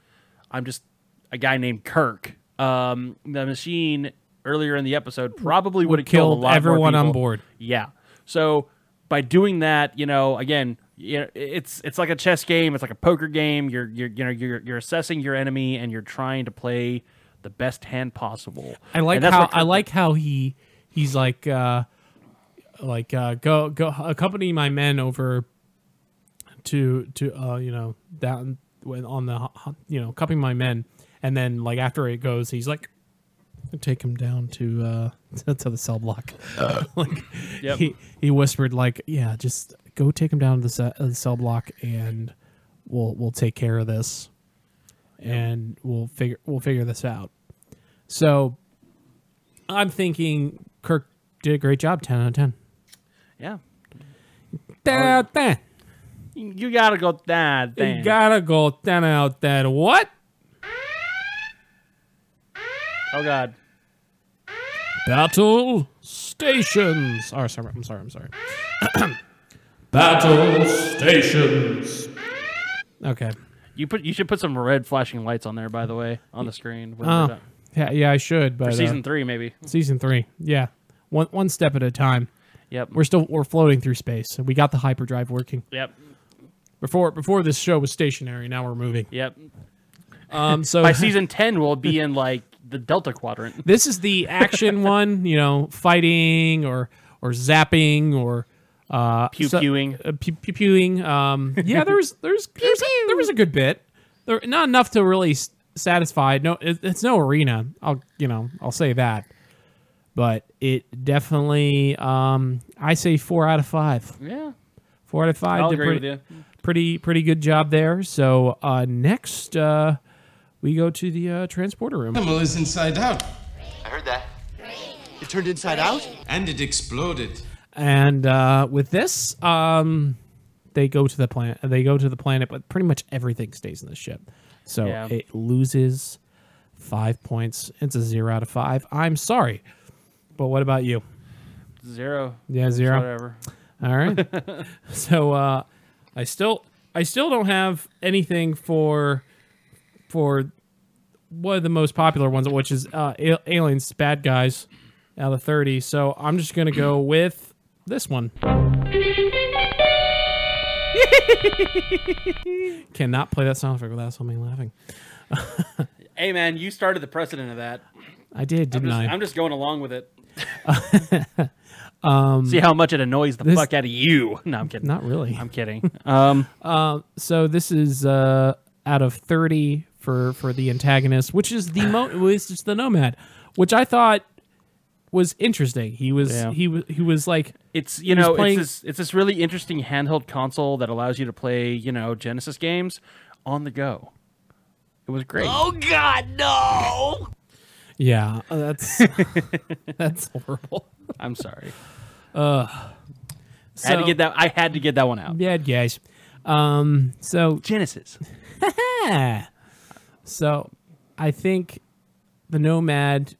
Speaker 4: I'm just a guy named Kirk. Um, the machine earlier in the episode probably would have
Speaker 3: killed
Speaker 4: killed, a lot more
Speaker 3: everyone on
Speaker 4: people.
Speaker 3: board.
Speaker 4: Yeah. So by doing that, you know, again, you know, it's it's like a chess game. It's like a poker game. You're you're you know you're you're assessing your enemy and you're trying to play the best hand possible.
Speaker 3: I like
Speaker 4: And that's
Speaker 3: how
Speaker 4: what Kirk
Speaker 3: I like how he he's like uh like uh go go accompany my men over to to uh you know down when on the ho- ho- you know accompany my men and then like after it goes he's like take him down to uh to- to the cell block like
Speaker 4: Yep.
Speaker 3: he he whispered like yeah just go take him down to the, ce- uh, the cell block and we'll we'll take care of this and we'll figure we'll figure this out so i'm thinking kirk did a great job 10 out of 10
Speaker 4: Yeah.
Speaker 3: 10 out of 10
Speaker 4: You gotta go that thing.
Speaker 3: you gotta go 10 out of 10 what
Speaker 4: oh God.
Speaker 3: battle stations oh sorry i'm sorry i'm sorry battle stations okay
Speaker 4: You put you should put some red flashing lights on there, by the way, on the screen. when we're
Speaker 3: Oh,
Speaker 4: done.
Speaker 3: yeah, yeah, I should. But
Speaker 4: For
Speaker 3: uh,
Speaker 4: season three, maybe.
Speaker 3: Season three, yeah. One one step at a time.
Speaker 4: Yep.
Speaker 3: We're still we're floating through space, and we got the hyperdrive working.
Speaker 4: Yep.
Speaker 3: Before before this show was stationary, now we're moving.
Speaker 4: Yep.
Speaker 3: Um. So
Speaker 4: by season ten, we'll be in like the Delta Quadrant.
Speaker 3: this is the action one. You know, fighting or or zapping or uh,
Speaker 4: Pew
Speaker 3: so-
Speaker 4: pewing.
Speaker 3: uh, pew pew pewing. Um. Yeah. There was there's there's a, there was a good bit. There not enough to really s- satisfy. No, it, it's no arena. I'll you know I'll say that. But it definitely, um, I say four out of five.
Speaker 4: Yeah.
Speaker 3: Four out of 5
Speaker 4: I'll
Speaker 3: did
Speaker 4: agree
Speaker 3: pretty,
Speaker 4: with
Speaker 3: Pretty pretty good job there. So uh, next, uh, we go to the uh, transporter room.
Speaker 15: Animal is inside out.
Speaker 8: I heard that.
Speaker 15: It turned inside out? And it exploded.
Speaker 3: And uh, with this, um, they go to the planet. They go to the planet, but pretty much everything stays in the ship. So
Speaker 4: Yeah.
Speaker 3: it loses five points. It's a zero out of five. I'm sorry, but what about you?
Speaker 4: Zero.
Speaker 3: Yeah, zero.
Speaker 4: Whatever.
Speaker 3: All right. so uh, I still I still don't have anything for for one of the most popular ones, which is uh, A- aliens, bad guys, out of thirty. So I'm just gonna go with this one. Cannot play that sound effect without somebody laughing.
Speaker 4: Hey man, you started the precedent of that.
Speaker 3: I did, didn't
Speaker 4: I'm just,
Speaker 3: I?
Speaker 4: I'm just going along with it.
Speaker 3: Um,
Speaker 4: See how much it annoys the
Speaker 3: this-
Speaker 4: fuck out of you. No, I'm kidding.
Speaker 3: Not really.
Speaker 4: I'm kidding. Um,
Speaker 3: Um, so this is uh, out of thirty for for the antagonist, which is the mo- which is the nomad, which I thought was interesting. He was
Speaker 4: Yeah.
Speaker 3: he was he was like
Speaker 4: it's you
Speaker 3: he was
Speaker 4: know
Speaker 3: playing-
Speaker 4: it's this it's this really interesting handheld console that allows you to play you know Genesis games on the go. It was great.
Speaker 11: Oh God, no!
Speaker 3: yeah uh, that's that's horrible.
Speaker 4: I'm sorry.
Speaker 3: Uh,
Speaker 4: I had to get that. I had to get that one out.
Speaker 3: Bad guys. Um, so
Speaker 4: Genesis.
Speaker 3: so I think the Nomad.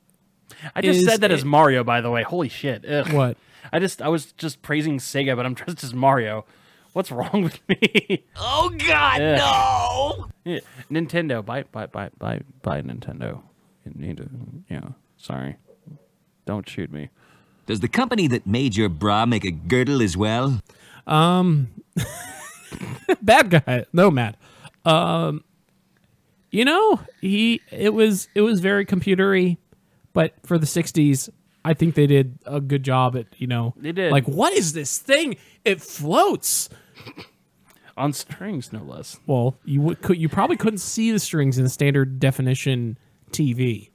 Speaker 4: I just
Speaker 3: is
Speaker 4: said that
Speaker 3: a-
Speaker 4: as Mario, by the way. Holy shit! Ugh.
Speaker 3: What?
Speaker 4: I just I was just praising Sega, but I'm dressed as Mario. What's wrong with me?
Speaker 11: Oh God,
Speaker 4: Ugh.
Speaker 11: no!
Speaker 4: Yeah. Nintendo, buy buy buy buy buy Nintendo. You need to, you know. Sorry, don't shoot me.
Speaker 16: Does the company that made your bra make a girdle as well?
Speaker 3: Um, bad guy, Nomad. Um, you know, he it was it was very computery, but for the '60s, I think they did a good job at you know
Speaker 4: They did.
Speaker 3: like what is this thing? It floats.
Speaker 4: On strings, no less.
Speaker 3: Well, you would, could you probably couldn't see the strings in standard definition TV,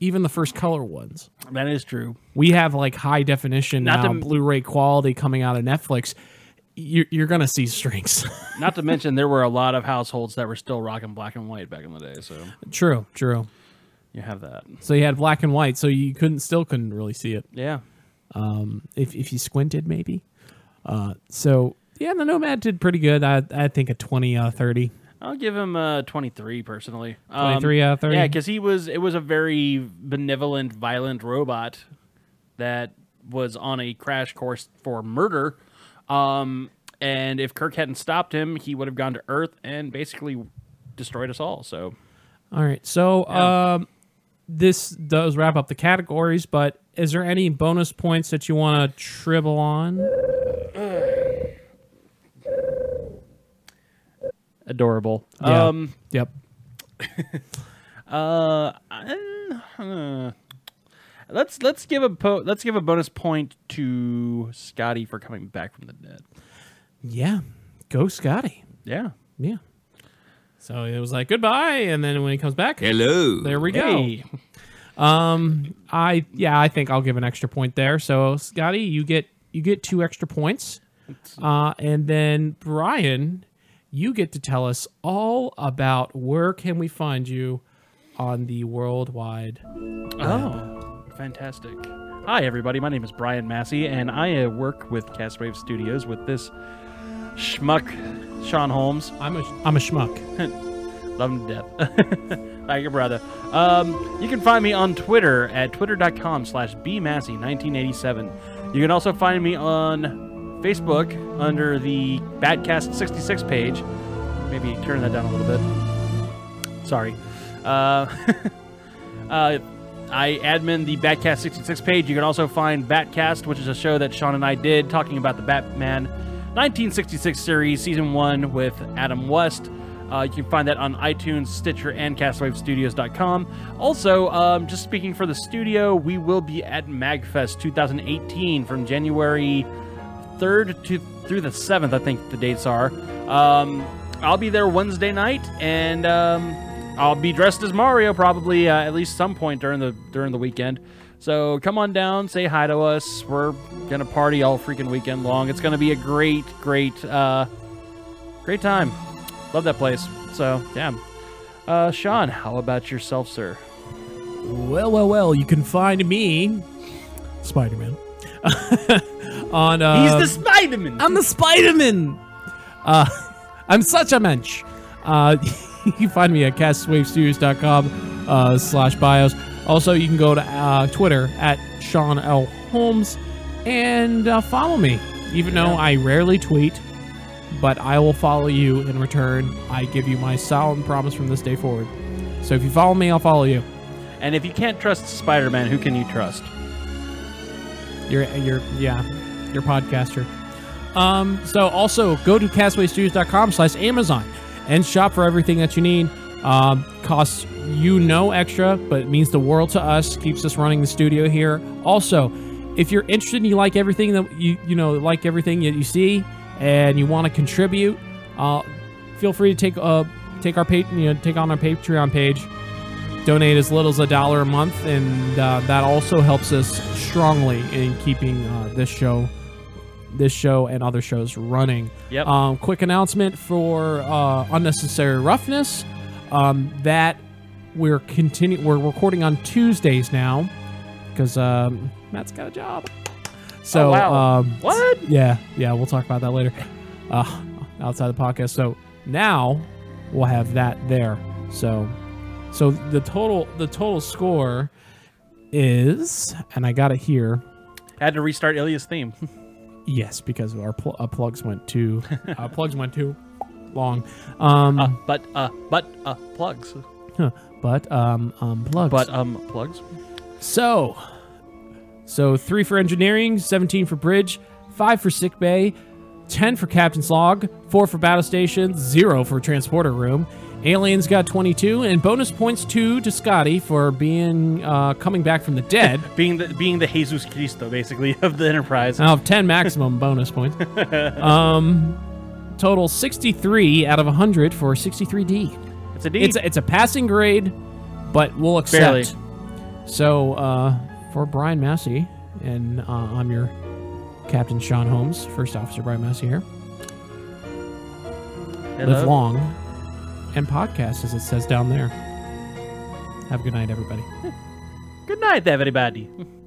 Speaker 3: even the first color ones.
Speaker 4: That is true.
Speaker 3: We have like high definition
Speaker 4: Not to
Speaker 3: now,
Speaker 4: m-
Speaker 3: Blu-ray quality coming out of Netflix. You're, you're gonna see strings.
Speaker 4: Not to mention, there were a lot of households that were still rocking black and white back in the day. So
Speaker 3: true, true.
Speaker 4: you have that.
Speaker 3: So you had black and white, so you couldn't still couldn't really see it.
Speaker 4: Yeah.
Speaker 3: Um, if if you squinted, maybe. Uh, so yeah, the Nomad did pretty good. I I think a twenty out of thirty.
Speaker 4: I'll give him uh, 23 personally.
Speaker 3: 23 out of 30?
Speaker 4: Yeah, because he was it was a very benevolent, violent robot that was on a crash course for murder. Um, and if Kirk hadn't stopped him, he would have gone to Earth and basically destroyed us all. So
Speaker 3: All right. So
Speaker 4: Yeah.
Speaker 3: um, this does wrap up the categories. But is there any bonus points that you want to tribble on?
Speaker 4: adorable.
Speaker 3: Yeah.
Speaker 4: Um,
Speaker 3: yep.
Speaker 4: uh, I- huh. let's let's give a po- let's give a bonus point to Scotty for coming back from the dead.
Speaker 3: Yeah. Go Scotty.
Speaker 4: Yeah.
Speaker 3: Yeah. So it was like goodbye, and then when he comes back,
Speaker 16: Hello.
Speaker 3: There we
Speaker 4: Hey.
Speaker 3: go. Um, I yeah, I think I'll give an extra point there. So Scotty, you get you get two extra points, uh, and then Brian, you get to tell us all about where can we find you on the worldwide.
Speaker 4: Oh, fantastic. Hi, everybody. My name is Brian Massey, and I uh, work with Castwave Studios with this schmuck, Sean Holmes.
Speaker 3: I'm a, I'm a schmuck.
Speaker 4: Love him to death. like your brother. Um, you can find me on Twitter at twitter.com slash bmassey1987. You can also find me on Facebook under the Batcast66 page. Maybe turn that down a little bit. Sorry. Uh, Uh, I admin the Batcast 66 page. You can also find Batcast, which is a show that Sean and I did talking about the Batman 1966 series, season one, with Adam West. Uh, you can find that on iTunes, Stitcher, and CastWaveStudios.com. Also, um, just speaking for the studio, we will be at MagFest 2018 from January 3rd to through the 7th, I think the dates are. Um, I'll be there Wednesday night, and um, I'll be dressed as Mario probably uh, at least some point during the during the weekend. So come on down, say hi to us. We're gonna party all freaking weekend long. It's gonna be a great, great, uh, great time. Love that place. So yeah, uh, Sean, how about yourself, sir?
Speaker 3: Well, well, well. You can find me, Spider Man, on. Uh,
Speaker 4: He's the Spider-Man.
Speaker 3: I'm the Spider-Man. Uh, I'm such a mensch. Uh, you can find me at castwavestudios.com uh, slash bios. Also, you can go to uh, Twitter at Sean L. Holmes and uh, follow me. Even though I rarely tweet, but I will follow you in return. I give you my solemn promise from this day forward. So if you follow me, I'll follow you.
Speaker 4: And if you can't trust Spider-Man, who can you trust?
Speaker 3: You're, you're, yeah, you're a podcaster. Um, so also go to castawaystudios.com slash Amazon and shop for everything that you need. Um, costs you no extra, but it means the world to us, keeps us running the studio here. Also, if you're interested and you like everything that you, you know, like everything that you see and you want to contribute, uh, feel free to take, uh, take our pa- you know, take on our Patreon page donate as little as a dollar a month, and uh, that also helps us strongly in keeping uh, this show, this show, and other shows running.
Speaker 4: Yep.
Speaker 3: Um, quick announcement for uh, unnecessary roughness. Um, that we're continue we're recording on Tuesdays now because um, Matt's got a job. So
Speaker 4: Oh, wow.
Speaker 3: um,
Speaker 4: What?
Speaker 3: Yeah, yeah, we'll talk about that later uh, outside the podcast. So now we'll have that there. So so the total the total score is, and I got it here.
Speaker 4: Had to restart Ilya's theme.
Speaker 3: Yes, because our, pl- uh plugs went too uh, plugs went too long. Um,
Speaker 4: Uh, but uh, but uh, plugs.
Speaker 3: Huh. But um, um, plugs.
Speaker 4: But um, plugs.
Speaker 3: So, so three for engineering, seventeen for bridge, five for sick bay, ten for captain's log, four for battle station, zero for transporter room. Aliens got twenty-two, and bonus points two to Scotty for being uh, coming back from the dead.
Speaker 4: being the being the Jesus Cristo basically of the Enterprise.
Speaker 3: I'll have ten maximum bonus points. Um, total sixty-three out of hundred for sixty-three D.
Speaker 4: It's a D.
Speaker 3: It's a, it's a passing grade, but we'll accept.
Speaker 4: Barely.
Speaker 3: So uh, for Brian Massey, and uh, I'm your Captain Sean Holmes, First Officer Brian Massey here. Live
Speaker 4: Hello.
Speaker 3: long and podcast, as it says down there. Have a good night, everybody.
Speaker 4: Good night, everybody.